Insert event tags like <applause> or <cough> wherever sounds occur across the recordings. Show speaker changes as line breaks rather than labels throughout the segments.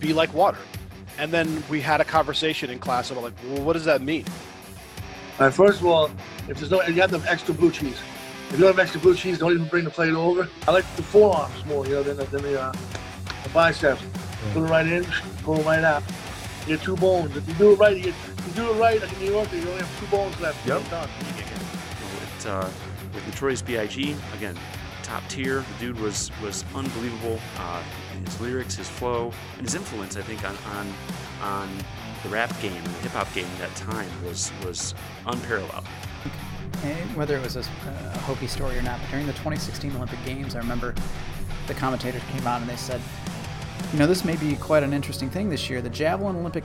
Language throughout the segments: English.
be like water. And then we had a conversation in class about like, well, what does that mean?
All right, first of all, if there's no, you have to have extra blue cheese. If you don't have extra blue cheese, don't even bring the plate over. I like the forearms more, you know, than, the- than the, uh, the biceps. Put it right in, pull it right out. You get two bones. If you do it right, you, get, if you do it right, like in New York, you only have two bones left.
Yep.
You're done.
With, uh, with Notorious B.I.G. again, top tier. The dude was was unbelievable. Uh, in his lyrics, his flow, and his influence. I think on on on the rap game and the hip hop game at that time was was unparalleled.
And whether it was a, s- a Hopi story or not, but during the 2016 Olympic Games, I remember the commentators came out and they said, you know, this may be quite an interesting thing this year. The javelin Olympic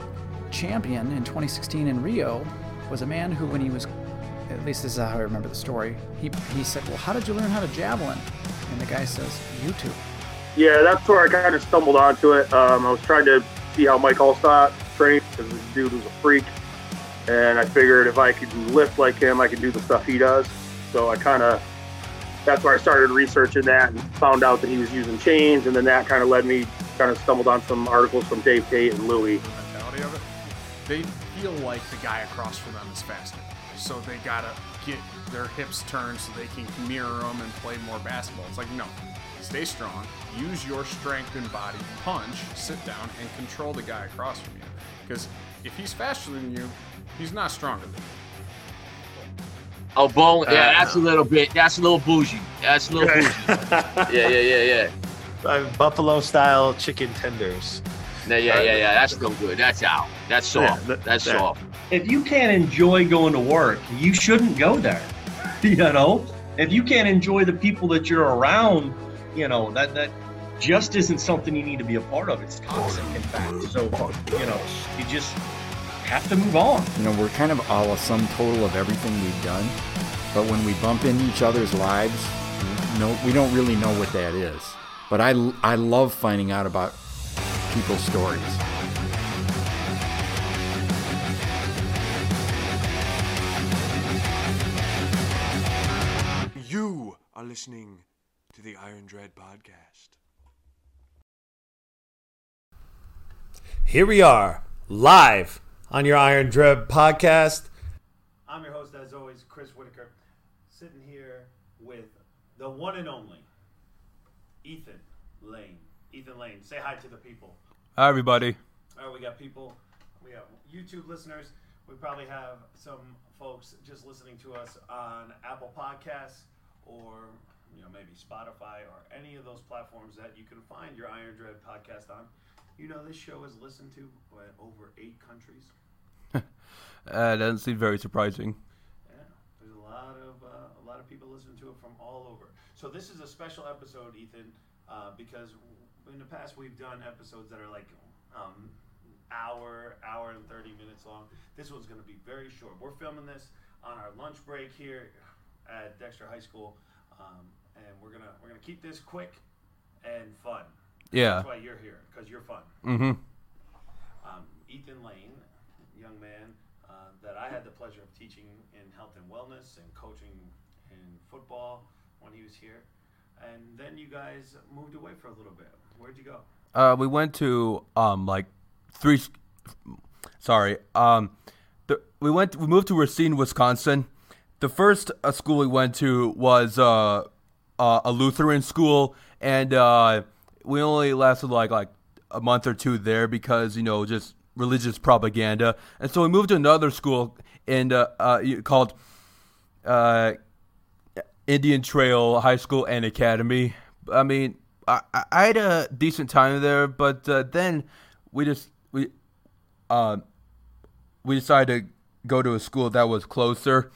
champion in 2016 in Rio was a man who, when he was, at least this is how I remember the story, he, he said, well, how did you learn how to javelin? And the guy says, YouTube.
Yeah, that's where I kind of stumbled onto it. Um, I was trying to see how Mike Allstott trained because this dude was a freak, and I figured if I could lift like him, I could do the stuff he does. So I kind of that's where I started researching that and found out that he was using chains, and then that kind of led me kind of stumbled on some articles from Dave Tate and Louie.
the mentality of it. They feel like the guy across from them is faster, so they gotta get their hips turned so they can mirror them and play more basketball. It's like no, stay strong, use your strength and body, punch, sit down, and control the guy across from you. Because if he's faster than you, he's not stronger than you.
Oh, bone.
Uh,
Yeah, that's a little bit. That's a little bougie. That's a little
<laughs>
bougie. Yeah, yeah, yeah, yeah.
Uh, Buffalo style chicken tenders.
No, yeah, yeah, yeah. That's no good. That's out. That's soft.
Yeah, that-
that's
that-
soft.
if you can't enjoy going to work, you shouldn't go there. <laughs> you know, if you can't enjoy the people that you're around, you know that that just isn't something you need to be a part of. It's toxic, in fact. So you know, you just have to move on.
You know, we're kind of all a sum total of everything we've done, but when we bump in each other's lives, no, we don't really know what that is. But I, I love finding out about people's stories.
You are listening to the Iron Dread podcast.
Here we are, live on your Iron Dread podcast.
I'm your host, as always, Chris Whitaker, sitting here with the one and only Ethan Lane. Ethan Lane, say hi to the people.
Hi, everybody.
All right, we got people, we have YouTube listeners, we probably have some folks just listening to us on Apple Podcasts or you know maybe Spotify or any of those platforms that you can find your Iron Dread podcast on. You know this show is listened to by over eight countries.
<laughs> Uh, doesn't seem very surprising.
Yeah, there's a lot of uh, a lot of people listening to it from all over. So this is a special episode, Ethan, uh, because in the past we've done episodes that are like um, hour, hour and thirty minutes long. This one's going to be very short. We're filming this on our lunch break here at Dexter High School, um, and we're gonna we're gonna keep this quick and fun.
Yeah.
that's why you're here because you're fun.
Mm-hmm.
Um, Ethan Lane, young man uh, that I had the pleasure of teaching in health and wellness and coaching in football when he was here. And then you guys moved away for a little bit. Where'd you go?
Uh, we went to um like three. s- Sorry. Um, the, we went. We moved to Racine, Wisconsin. The first uh, school we went to was uh, uh a Lutheran school, and uh, we only lasted like like a month or two there because you know just religious propaganda. And so we moved to another school and uh, uh called uh Indian Trail High School and Academy. I mean, I, I I had a decent time there, but uh, then we just we uh, we decided to go to a school that was closer,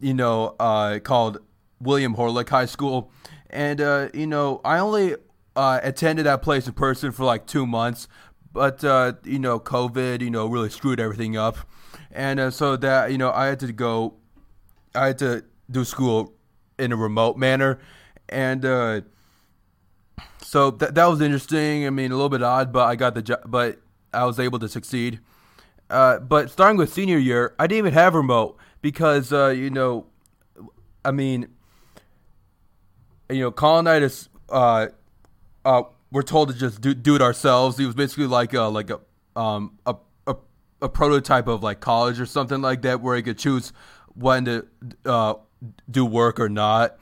you know, uh, called William Horlick High School, and uh, you know, I only uh, attended that place in person for like two months, but uh, you know, COVID, you know, really screwed everything up, and uh, so that you know, I had to go I had to do school in a remote manner, and uh, so that that was interesting. I mean, a little bit odd, but I got the job, but I was able to succeed. Uh, but starting with senior year, I didn't even have remote because uh, you know, I mean, you know, colonitis uh, uh, were told to just do, do it ourselves. He was basically like a like a um a, a a prototype of like college or something like that, where he could choose when to uh, do work or not.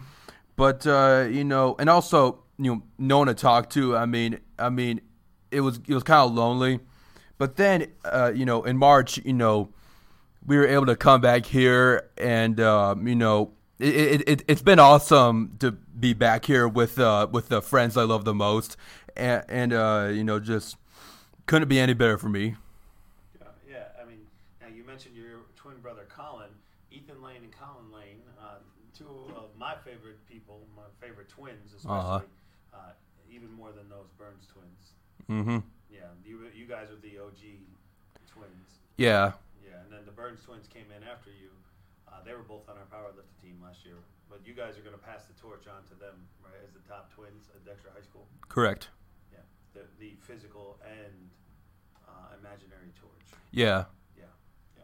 But uh, you know, and also you know, no one to talk to. I mean, I mean, it was it was kind of lonely. But then uh, you know, in March, you know, we were able to come back here, and um, you know, it, it, it it's been awesome to be back here with uh, with the friends I love the most, and, and uh, you know, just couldn't be any better for me.
Yeah, I mean, now you mentioned your twin brother Colin, Ethan Lane and Colin Lane, uh, two of my favorite people, my favorite twins, especially,
Uh-huh.
uh, even more than those Burns twins.
Mhm.
Yeah, you you guys are the OG twins.
Yeah.
Yeah, and then the Burns twins came in after you. Uh, they were both on our powerlifting team last year, but you guys are going to pass the torch on to them, right, as the top twins at Dexter High School.
Correct.
Yeah, the, the physical and uh, imaginary torch.
Yeah.
Yeah, yeah.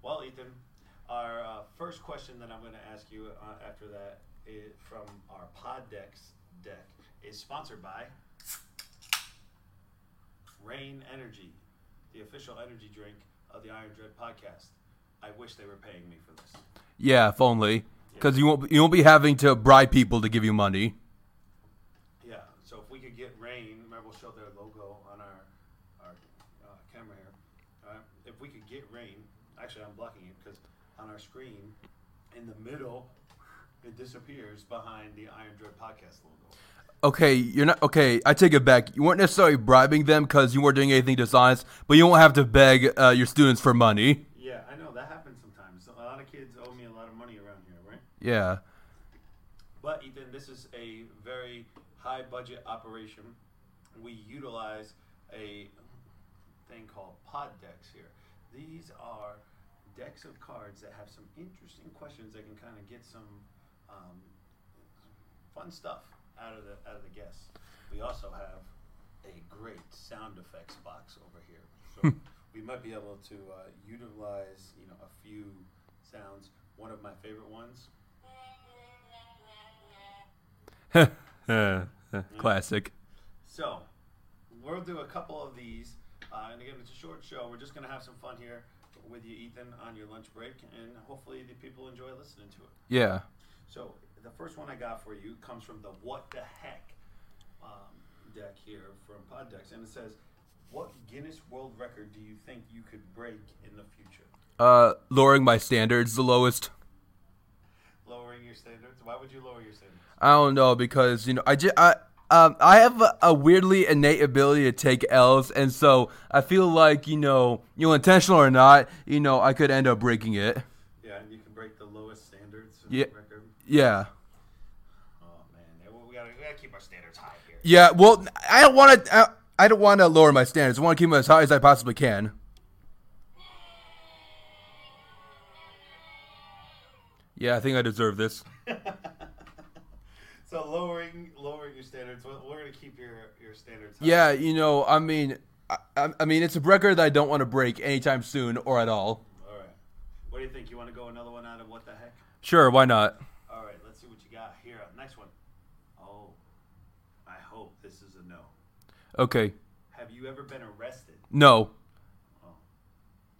Well, Ethan, our uh, first question that I'm going to ask you uh, after that is from our Poddex deck is sponsored by Rain Energy, the official energy drink of the Iron Dread podcast. I wish they were paying me for this.
Yeah, if only because you won't you won't be having to bribe people to give you money.
Yeah. So if we could get rain, remember we'll show their logo on our our uh, camera here. All right. If we could get rain, actually I'm blocking it because on our screen, in the middle, it disappears behind the Iron Dread podcast logo.
Okay, you're not okay. I take it back. You weren't necessarily bribing them because you weren't doing anything dishonest, but you won't have to beg uh, your students for money.
Yeah, I know that happens sometimes. A lot of kids owe me a lot of money around here, right?
Yeah.
But Ethan, this is a very high budget operation. We utilize a thing called pod decks here. These are decks of cards that have some interesting questions that can kind of get some um, fun stuff out of the out of the guests. We also have a great sound effects box over here, so we might be able to uh, utilize you know a few sounds. One of my favorite ones
<laughs> Classic.
Mm-hmm. So, we'll do a couple of these. Uh, and again, it's a short show. We're just going to have some fun here with you, Ethan, on your lunch break. And hopefully, the people enjoy listening to it.
Yeah.
So, the first one I got for you comes from the What the Heck um, deck here from Poddex. And it says, What Guinness World Record do you think you could break in the future?
Uh, lowering my standards the lowest.
Lowering your standards? Why would you lower your standards?
I don't know because you know I just I um I have a, a weirdly innate ability to take L's, and so I feel like you know you know intentional or not, you know I could end up breaking it.
Yeah, and you can break the lowest standards in
Yeah.
the record.
Yeah.
Oh, man. We got we to keep our standards high here.
Yeah. Well, I don't want to. I, I don't want to lower my standards. I want to keep them as high as I possibly can. Yeah, I think I deserve this.
<laughs> So lowering lowering your standards. We're, we're gonna keep your your standards. high.
Yeah, you know, I mean, I, I- I mean, it's a record that I don't want to break anytime soon or at all.
All right. What do you think? You want to go another one out of what the heck?
Sure, why not?
All right. Let's see what you got here. uh, Next one. Oh, I hope this is a no.
Okay.
Have you ever been arrested?
No.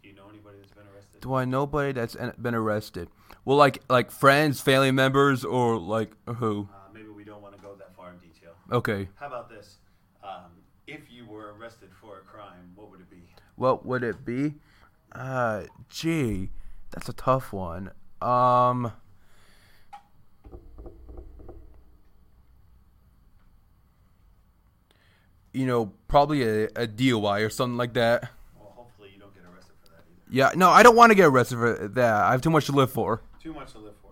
Do you know anybody that's been arrested?
Do I know nobody that's en- been arrested? Well, like like friends, family members, or like who?
Uh, maybe we don't want to go that far in detail.
Okay.
How about this? Um, if you were arrested for a crime, what would it be?
What would it be? Uh, gee, that's a tough one. Um, you know, probably a, a DUI or something like that.
Well, hopefully you don't get arrested for that either.
Yeah, no, I don't want to get arrested for that. I have too much to live for.
Too much to live for.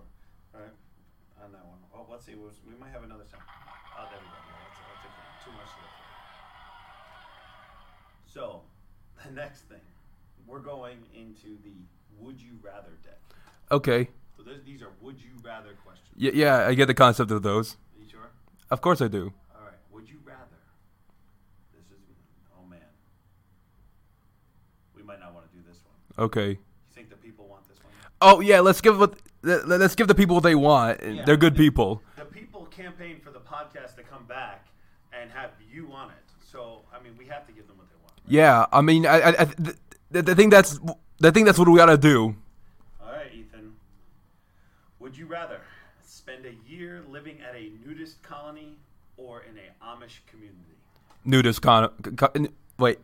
All right. On that one. Oh, let's see. We'll- We might have another sound. Oh, there we go. Yeah, that's, that's okay. Too much to live for. So, <laughs> the next thing, we're going into the would you rather deck.
Okay.
So this, these are would you rather questions.
Y- yeah, I get the concept of those.
You sure?
Of course I do.
All right. Would you rather? This is. Oh man. We might not want to do this one.
Okay.
You think the people want this one?
Oh yeah, let's give what let- let's give the people what they want.
Yeah.
They're good people.
The people campaigned for the podcast to come back,
and have you on it. So I mean, we have to give them what they want.
Yeah, I mean, I, I, I th- th- I think that's I think that's what we gotta do.
All right, Ethan. Would you rather spend a year living at a nudist colony or in a Amish community?
Nudist con, con wait,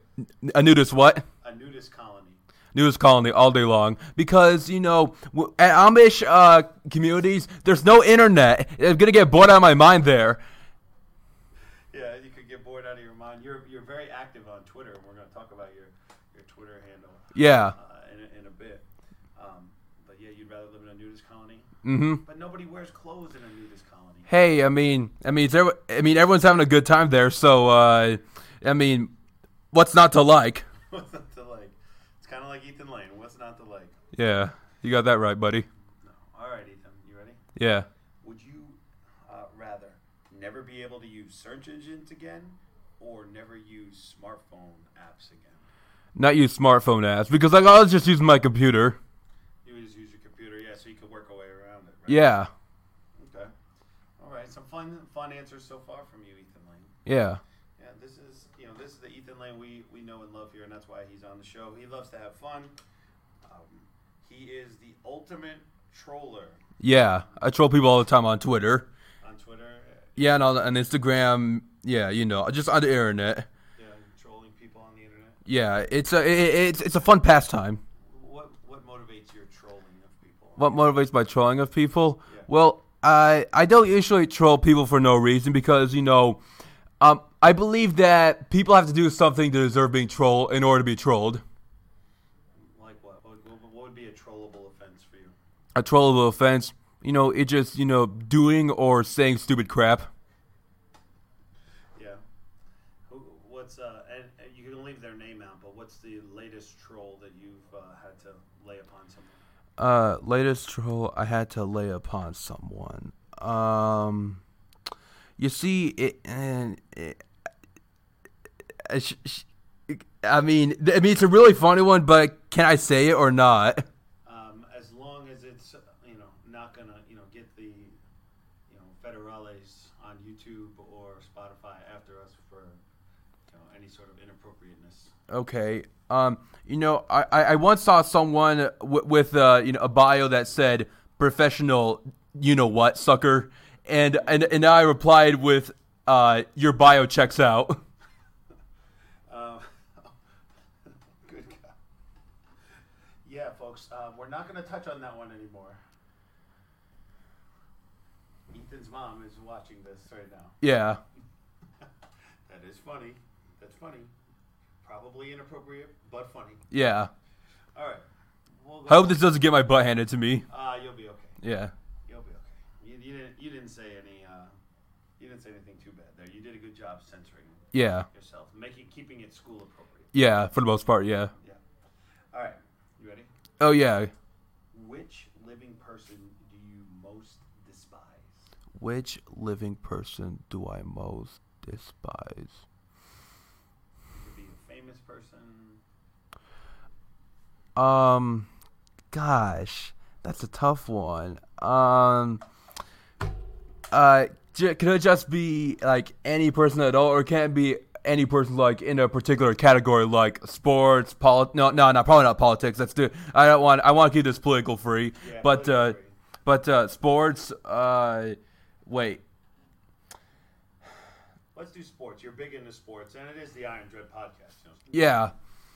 a nudist what?
A nudist colony.
Nudist colony all day long because you know w- at Amish uh, communities there's no internet. I'm gonna get bored out of my mind there.
Yeah, you could get bored out of your mind. You're you're very active on Twitter, and we're going to talk about your your Twitter handle.
Yeah.
Uh, in, a- in a bit. Um, but yeah, you'd rather live in a nudist colony.
Mhm.
But nobody wears clothes in a nudist colony.
Hey, I mean, I mean, is there, I mean, everyone's having a good time there. So, uh, I mean, what's not to like?
<laughs> What's not to like? It's kind of like Ethan Lane. What's not to like?
Yeah, you got that right, buddy.
All right, Ethan, you ready?
Yeah.
Would you uh, rather never be able to use search engines again, or never use smartphone apps again?
Not use smartphone apps because like I'll just use my computer.
You would just use your computer, yeah, so you could work a way around it. Right?
Yeah,
Okay. All right. Some fun, fun answers so far from you, Ethan Lane.
yeah,
Yeah, this is you know this is the Ethan Lane we we know and love here, and that's why he's on the show. He loves to have fun. Um, he is the ultimate troller
yeah. I troll people all the time on Twitter.
on Twitter.
Yeah, and on, on Instagram. Yeah, you know, just on the internet.
Yeah, trolling people on the internet.
Yeah, it's a it, it's it's a fun pastime.
What what motivates your trolling of people?
What motivates my trolling of people? Well, I I don't usually troll people for no reason because you know, um, I believe that people have to do something to deserve being trolled in order to be trolled.
Like what? What, what what would be a trollable offense for you?
A trollable offense, you know, it just you know doing or saying stupid crap.
Yeah. Who? What's uh? And, and you can leave their name out, but what's the latest troll that you've uh, had to lay upon someone?
Uh, latest troll I had to lay upon someone. Um, you see, it and it, I sh- sh- I mean, th- I mean, it's a really funny one, but can I say it or not?
um, as long as it's uh, you know not gonna you know get the you know federales on YouTube or Spotify after us for you know any sort of inappropriateness.
Okay. Um, you know, I, I I once saw someone w- with uh, you know, a bio that said professional, you know what, sucker, and and and I replied with, uh, your bio checks out. <laughs>
Um, <laughs> good God. Yeah, folks, uh, we're not gonna touch on that one anymore. Ethan's mom is watching this right now.
Yeah.
That is funny. That's funny. Probably inappropriate, but funny.
Yeah.
All right. We'll
I hope this doesn't get my butt handed to me.
Uh, you'll be okay.
Yeah.
You'll be okay. You, you didn't. You didn't say any. Uh, you didn't say anything too bad there. You did a good job censoring.
Yeah.
Yourself, making keeping it school appropriate.
Yeah, for the most part, yeah.
All right. You ready?
Oh yeah.
Which living person do you most despise?
Which living person do I most despise?
Could be a famous person.
Um gosh, that's a tough one. Um uh j- could it just be like any person at all or can it be any person like in a particular category like sports, poli- no no no probably not politics. That's too I don't want I want to keep this political free. but uh but uh sports uh wait
Let's do sports. You're big into sports, and it is the Iron Dread podcast. you know.
Yeah.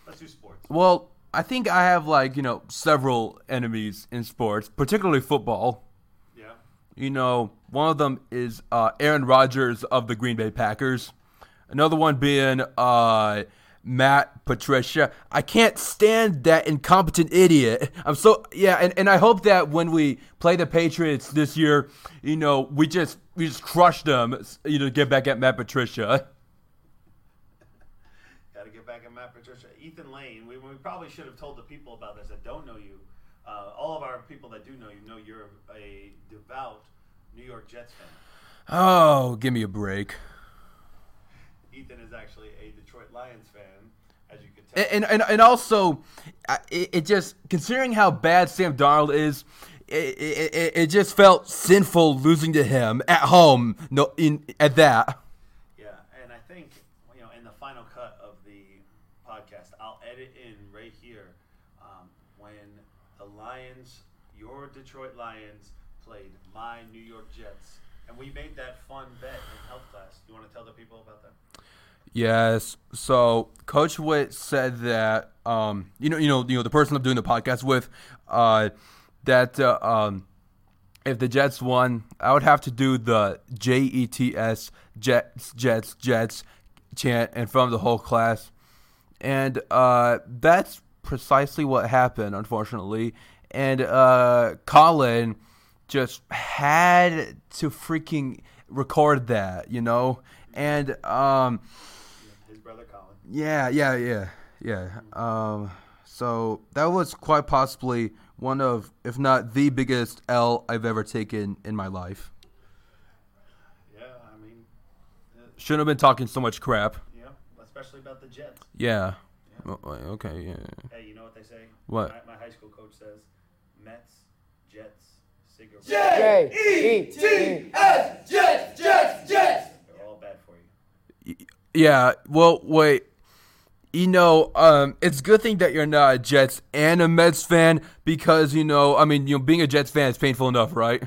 Let's do sports.
Well, I think I have like, you know, several enemies in sports, particularly football.
Yeah.
You know, one of them is uh, Aaron Rodgers of the Green Bay Packers. Another one being uh, Matt Patricia. I can't stand that incompetent idiot. I'm so yeah, and, and I hope that when we play the Patriots this year, you know, we just we just crush them. You know, get back at Matt Patricia. <laughs>
Got to get back at Matt Patricia. Ethan Lane, we, we probably should have told the people about this that don't know you. Uh, all of our people that do know you know you're a devout New York Jets fan.
Oh, give me a break.
Ethan is actually a Detroit Lions fan, as you could tell.
and and and also, I- it, it just considering how bad Sam Darnold is, it, it, it- it just felt sinful losing to him at home. No, in at that.
yeah, and um, your Detroit Lions played my New York Jets, and we made that fun bet in health class. You want to tell the people about that?
Yes. So Coach Witt said that um, you know, you know, you know, the person I'm doing the podcast with, uh, that uh, um, if the Jets won, I would have to do the J E T S Jets Jets Jets chant in front of the whole class, and uh, that's precisely what happened, unfortunately. And uh, Colin just had to freaking record that, you know, and um,
His brother Colin.
yeah, yeah, yeah, yeah. Um, so that was quite possibly one of, if not the biggest L I've ever taken in my life.
Yeah, I mean,
Shouldn't have been talking so much crap.
yeah, especially about the Jets.
Yeah. Well, Okay. Yeah.
Hey, you know what they say?
What?
My, my high school coach says, Mets, Jets, cigarettes.
J E T S Jets Jets Jets.
They're all bad for you.
Yeah. Well, wait. You know, um, it's a good thing that you're not a Jets and a Mets fan because you know, I mean, you know, being a Jets fan is painful enough, right?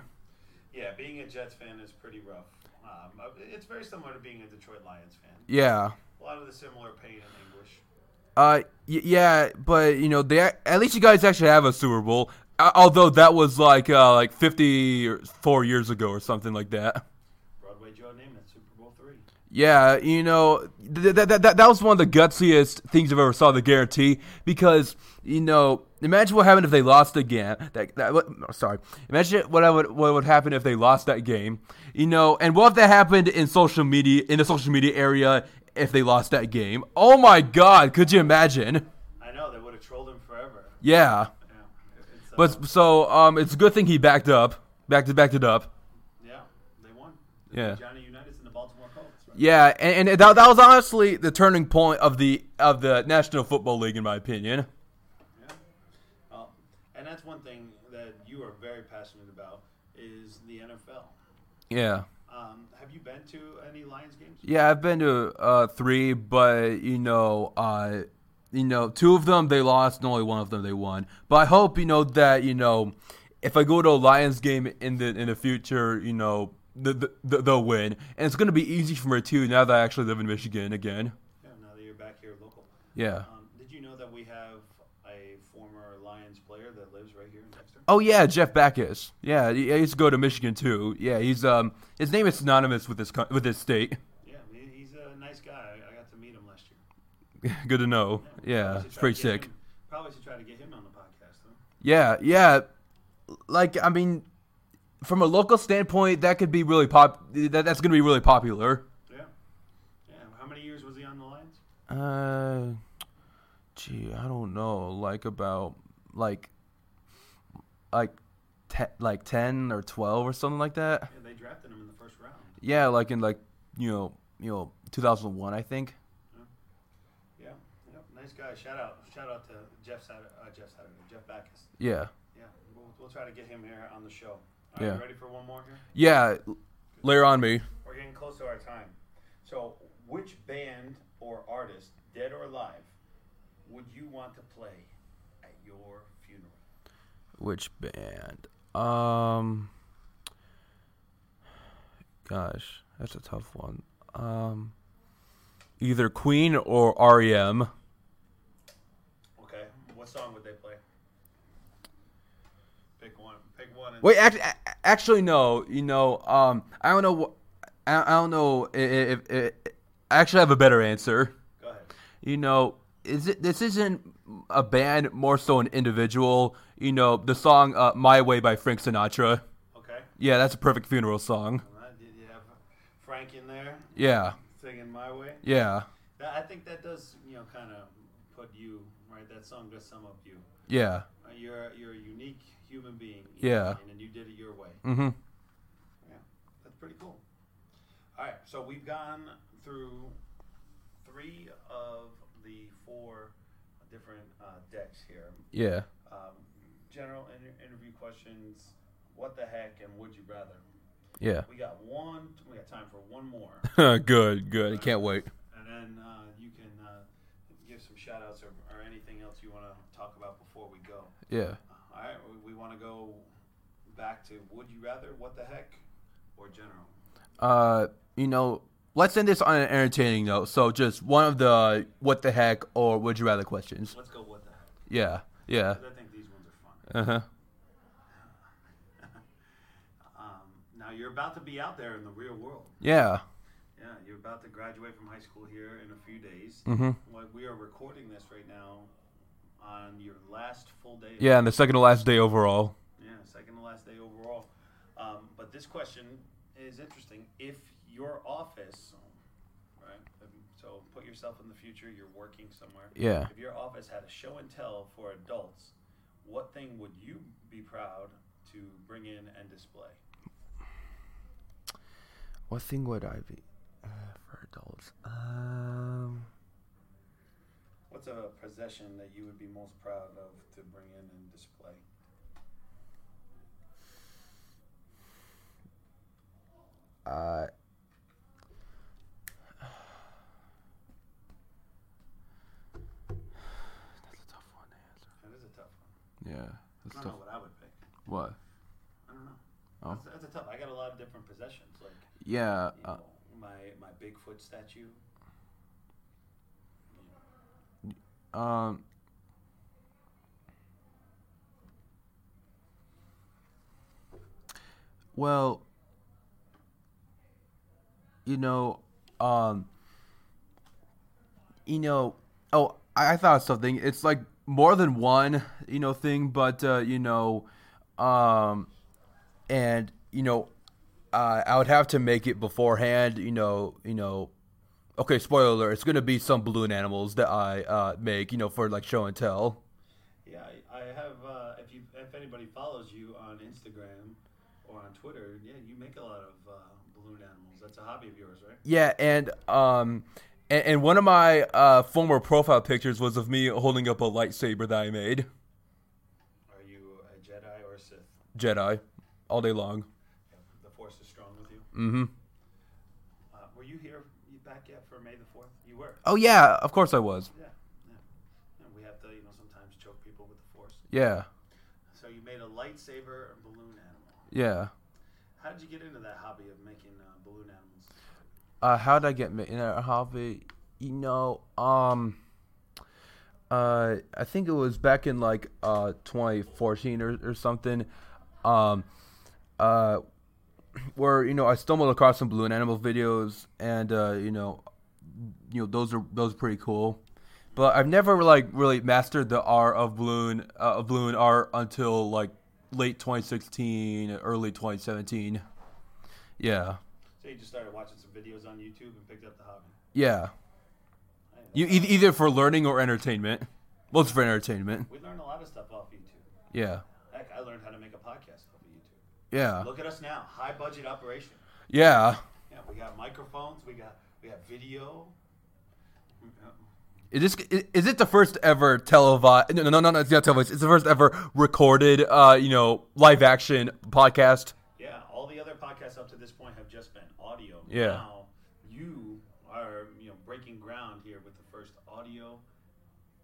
Yeah, being a Jets fan is pretty rough. Um, it's very similar to being a Detroit Lions fan.
Yeah.
A lot of the similar pain and anguish.
Uh, y- yeah, but you know, they at least you guys actually have a Super Bowl, uh, although that was like uh, like 54 years ago or something like that.
Broadway Joe Namath, Super Bowl three.
Yeah, you know, th- th- th- that that was one of the gutsiest things I've ever saw the guarantee because you know, imagine what happened if they lost again. That, that what, oh, sorry, imagine what I would what would happen if they lost that game. You know, and what if that happened in social media in the social media area if they lost that game? Oh my God, could you imagine?
I know they would have trolled him forever. uh,
Yeah. But so um, it's a good thing he backed up, backed it, backed it up.
Yeah, they won.
Yeah.
Johnny United's in the Baltimore Colts. Right?
Yeah, and, and that, that was honestly the turning point of the of the National Football League, in my opinion.
Well, and that's one thing that you are very passionate about is the NFL.
Yeah,
Um, have you been to any Lions games?
yeah, I've been to uh, three, but you know, uh, you know, two of them they lost, and only one of them they won. But I hope you know that you know, if I go to a Lions game in the in the future, you know, the, the, the they'll win, and it's gonna be easy for me too now that I actually live in Michigan again.
Yeah, now that you're back here local.
Yeah.
Um, did you know that we have a former Lions player that lives right here in Dexter?
Oh yeah, Jeff Backus. Yeah, he he used to go to Michigan too. Yeah, he's um, his name is synonymous with this co- with this state.
Yeah, he- he's a nice guy. I I got to meet him last year.
<laughs> Good to know. Yeah,
Probably should
it's
try
pretty
to get
sick.
him- probably should try to get him on the podcast. Though.
Yeah, yeah. Like I mean, from a local standpoint, that could be really pop. That, that's gonna be really popular.
Yeah. Yeah. How many years was he on the Lions?
Uh, gee, I don't know. Like about like like te- like ten or twelve or something like that.
Yeah, they drafted him in the first round.
Yeah, like in like you know you know two thousand one, I think.
Yeah. Yep. Nice guy. Shout out. Shout out to Jeff Saturday. Uh, Jeff Saturday. Jeff Backus.
Yeah.
Yeah. We'll, we'll try to get him here on the show. All right,
Yeah.
you Ready for one more here?
Yeah, layer on me.
We're getting close to our time. So, which band or artist, dead or alive, would you want to play at your funeral?
Which band? Um, gosh, that's a tough one. Um, either Queen or E REM.
Okay. What song would they play? Pick one. Pick one. And
Wait, act- a- actually, no. You know, um, I don't know. Wh- I I don't know i- if, if, I actually have a better answer.
Go ahead.
You know, is it this isn't a band more so an individual? You know, the song uh, "My Way" by Frank Sinatra.
Okay.
Yeah, that's a perfect funeral song.
Uh, Did you have Frank in there?
Yeah.
Singing "My Way."
Yeah.
That, I think that does, you know, kind of put you right. That song does sum up you.
Yeah.
Uh, you're you're a unique human being.
Yeah.
And, you did it your way.
Mm-hmm.
Yeah, that's pretty cool. All right, so we've gone through three of the four different uh, decks here.
Yeah.
Um, general inter- interview questions. What the heck? And would you rather?
Yeah.
We got one. We got time for one more.
<laughs> good, good. I can't wait.
And then uh, you can uh, give some shout outs or, or anything else you want to talk about before we go.
Yeah.
All right, we, we want to go back to would you rather, what the heck, or general?
Uh, you know, let's end this on an entertaining note. So just one of the what the heck or would you rather questions.
Let's go what the heck.
Yeah, yeah.
'Cause I think these ones are
Uh
fun.
huh.
<laughs> Um, now you're about to be out there in the real world.
Yeah.
Yeah, you're about to graduate from high school here in a few days.
Mhm.
Like, we are recording this right now on your last full day. of-
Yeah, and the second to last day overall.
Yeah, second to last day overall. Um, but this question is interesting. If your office, right? um, So put yourself in the future. You're working somewhere.
Yeah.
If your office had a show and tell for adults, what thing would you be proud to bring in and display?
What thing would I be uh, for adults? Um,
What's a possession that you would be most proud of to bring in and display?
uh,
That is a tough one. I
yeah. That's
don't
tough.
know what I would pick.
What?
I don't know.
Oh.
That's, that's a tough. I got a lot of different possessions. Like
Yeah.
you
Uh,
know, my my Bigfoot statue.
um. Well, you know, um, you know, oh, I, I thought of something. It's like more than one, you know, thing, but uh, you know, um, and you know, uh, I would have to make it beforehand. You know, you know. Okay, spoiler alert. It's gonna be some balloon animals that I uh, make, you know, for like show and tell.
Yeah, I, I have. Uh, if you if anybody follows you on Instagram or on Twitter, yeah, you make a lot of uh, balloon animals. That's a hobby of yours, right?
Yeah, and um, and, and one of my uh, former profile pictures was of me holding up a lightsaber that I made.
Are you a Jedi or a Sith?
Jedi, all day long.
The Force is strong with you.
Mm-hmm.
Uh, were you here you back yet for May the Fourth? You were.
Oh yeah, of course I was.
Yeah, yeah. And we have to, you know, sometimes choke people with the Force.
Yeah,
So you made a lightsaber and balloon animal.
yeah.
How did you get into that hobby of making uh, balloon animals?
Uh, how did I get ma- in a hobby? You know, um, uh, I think it was back in like uh 2014 or, or something. Um, uh, where you know I stumbled across some balloon animal videos, and uh, you know, you know those are those are pretty cool. But I've never like really mastered the art of balloon uh, of balloon art until like late 2016, early 2017. Yeah.
So you just started watching some videos on YouTube and picked up the hobby.
Yeah. You e- either for learning or entertainment. Well, it's for entertainment.
We learn a lot of stuff off YouTube.
Yeah.
Heck, I learned how to make a podcast off of YouTube.
Yeah.
Look at us now, high budget operation.
Yeah.
Yeah, we got microphones. We got we got video.
Is this i- is it the first ever televised? No, no, no, no, it's not televised. It's the first ever recorded, uh, you know, live action podcast.
Yeah, all the other podcasts up to this point have just been audio.
Yeah.
Now you are you know breaking ground here with the first audio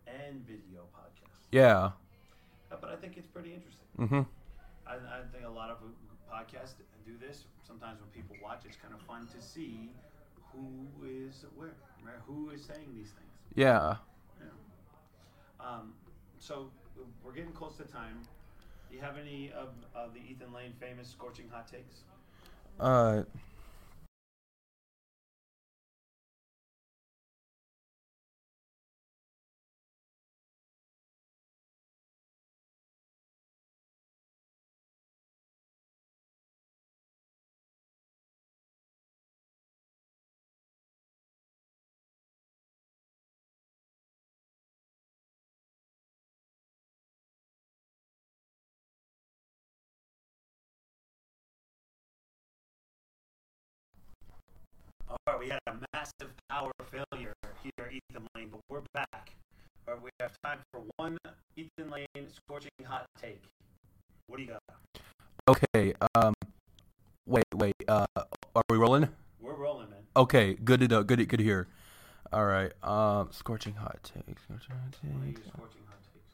and video podcast.
Yeah.
Uh, But I think it's pretty interesting.
Mhm.
I, I think a lot of podcasts do this. Sometimes when people watch, it's kind of fun to see who is where, right? who is saying these things.
Yeah.
Yeah. Um, so we're getting close to time. Do you have any of, of the Ethan Lane famous scorching hot takes?
Uh.
All right, we had a massive power failure here, Ethan Lane, but we're back. All right, we have time for one Ethan Lane scorching hot take. What do you got?
Okay. Um. Wait. Wait. Uh. Are we rolling?
We're rolling, man.
Okay. Good to know. Good. to- Good to hear. All right. Um. Scorching hot takes. Scorching hot
What are
takes.
your scorching hot takes?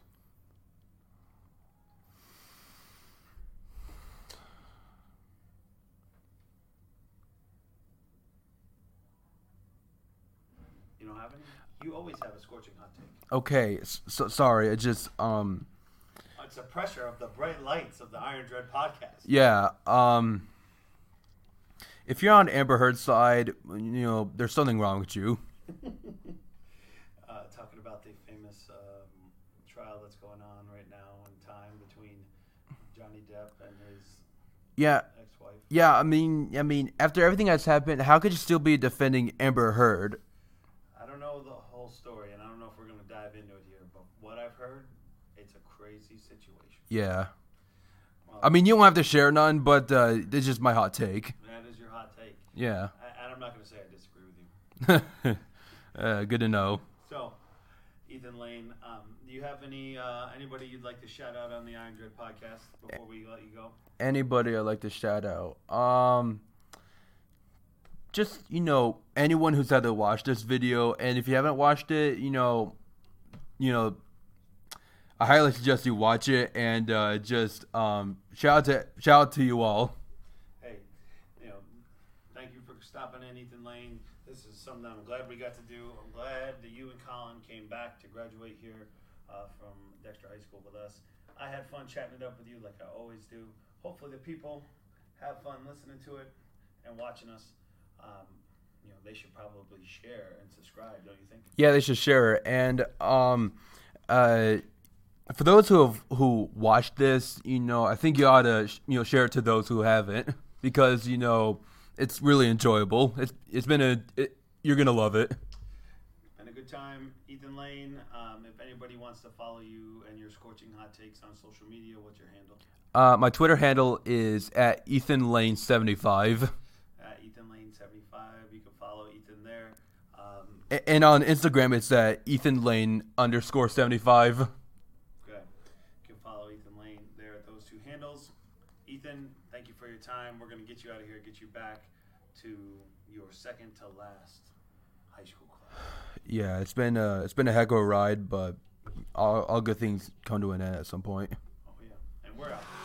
you don't have any? You always have a scorching hot take.
Okay, s- so, sorry. I just um
It's the pressure of the bright lights of the Iron Dread podcast.
yeah um. If you're on Amber Heard's side, you know there's something wrong with you.
<laughs> uh, talking about the famous um, trial that's going on right now in time between Johnny Depp and his
Yeah.
ex-wife.
Yeah, I mean, I mean, after everything that's happened, how could you still be defending Amber Heard?
I don't know the whole story, and I don't know if we're going to dive into it here, but what I've heard, it's a crazy situation.
Yeah. I mean, you don't have to share none, but uh, this is just my hot take.
That is your hot take.
Yeah.
I, and I'm not going to say I disagree with you.
<laughs> uh, good to know.
So, Ethan Lane, um, do you have any uh, anybody you'd like to shout out on the Iron Dread podcast before we let you go?
Anybody I'd like to shout out? Um, just you know, anyone who's had to watch this video, and if you haven't watched it, you know, you know, I highly suggest you watch it, and uh, just um, shout out to shout out to you all.
Hey, you know, thank you for stopping in, Ethan Lane. This is something I'm glad we got to do. I'm glad that you and Colin came back to graduate here uh, from Dexter High School with us. I had fun chatting it up with you, like I always do. Hopefully, the people have fun listening to it and watching us. Um, you know, they should probably share and subscribe, don't you think?
Yeah, they should share it. And um, uh, for those who have who watched this, you know, I think you ought to sh- you know share it to those who haven't <laughs> because you know it's really enjoyable. It's it's been a it, you're gonna love it.
been a good time, Ethan Lane. Um, if anybody wants to follow you and your scorching hot takes on social media, what's your handle?
Uh, my Twitter handle is at Ethan Lane seventy five,
At Ethan Lane seventy five. You can follow Ethan there. Um,
and on Instagram it's at Ethan Lane underscore seventy five.
good. You can follow Ethan Lane there at those two handles. Ethan, thank you for your time. We're gonna get you out of here, get you back to your second to last high school class.
Yeah, it's been a it's been a heck of a ride, but all all good things come to an end at some point.
Oh yeah, and we're out.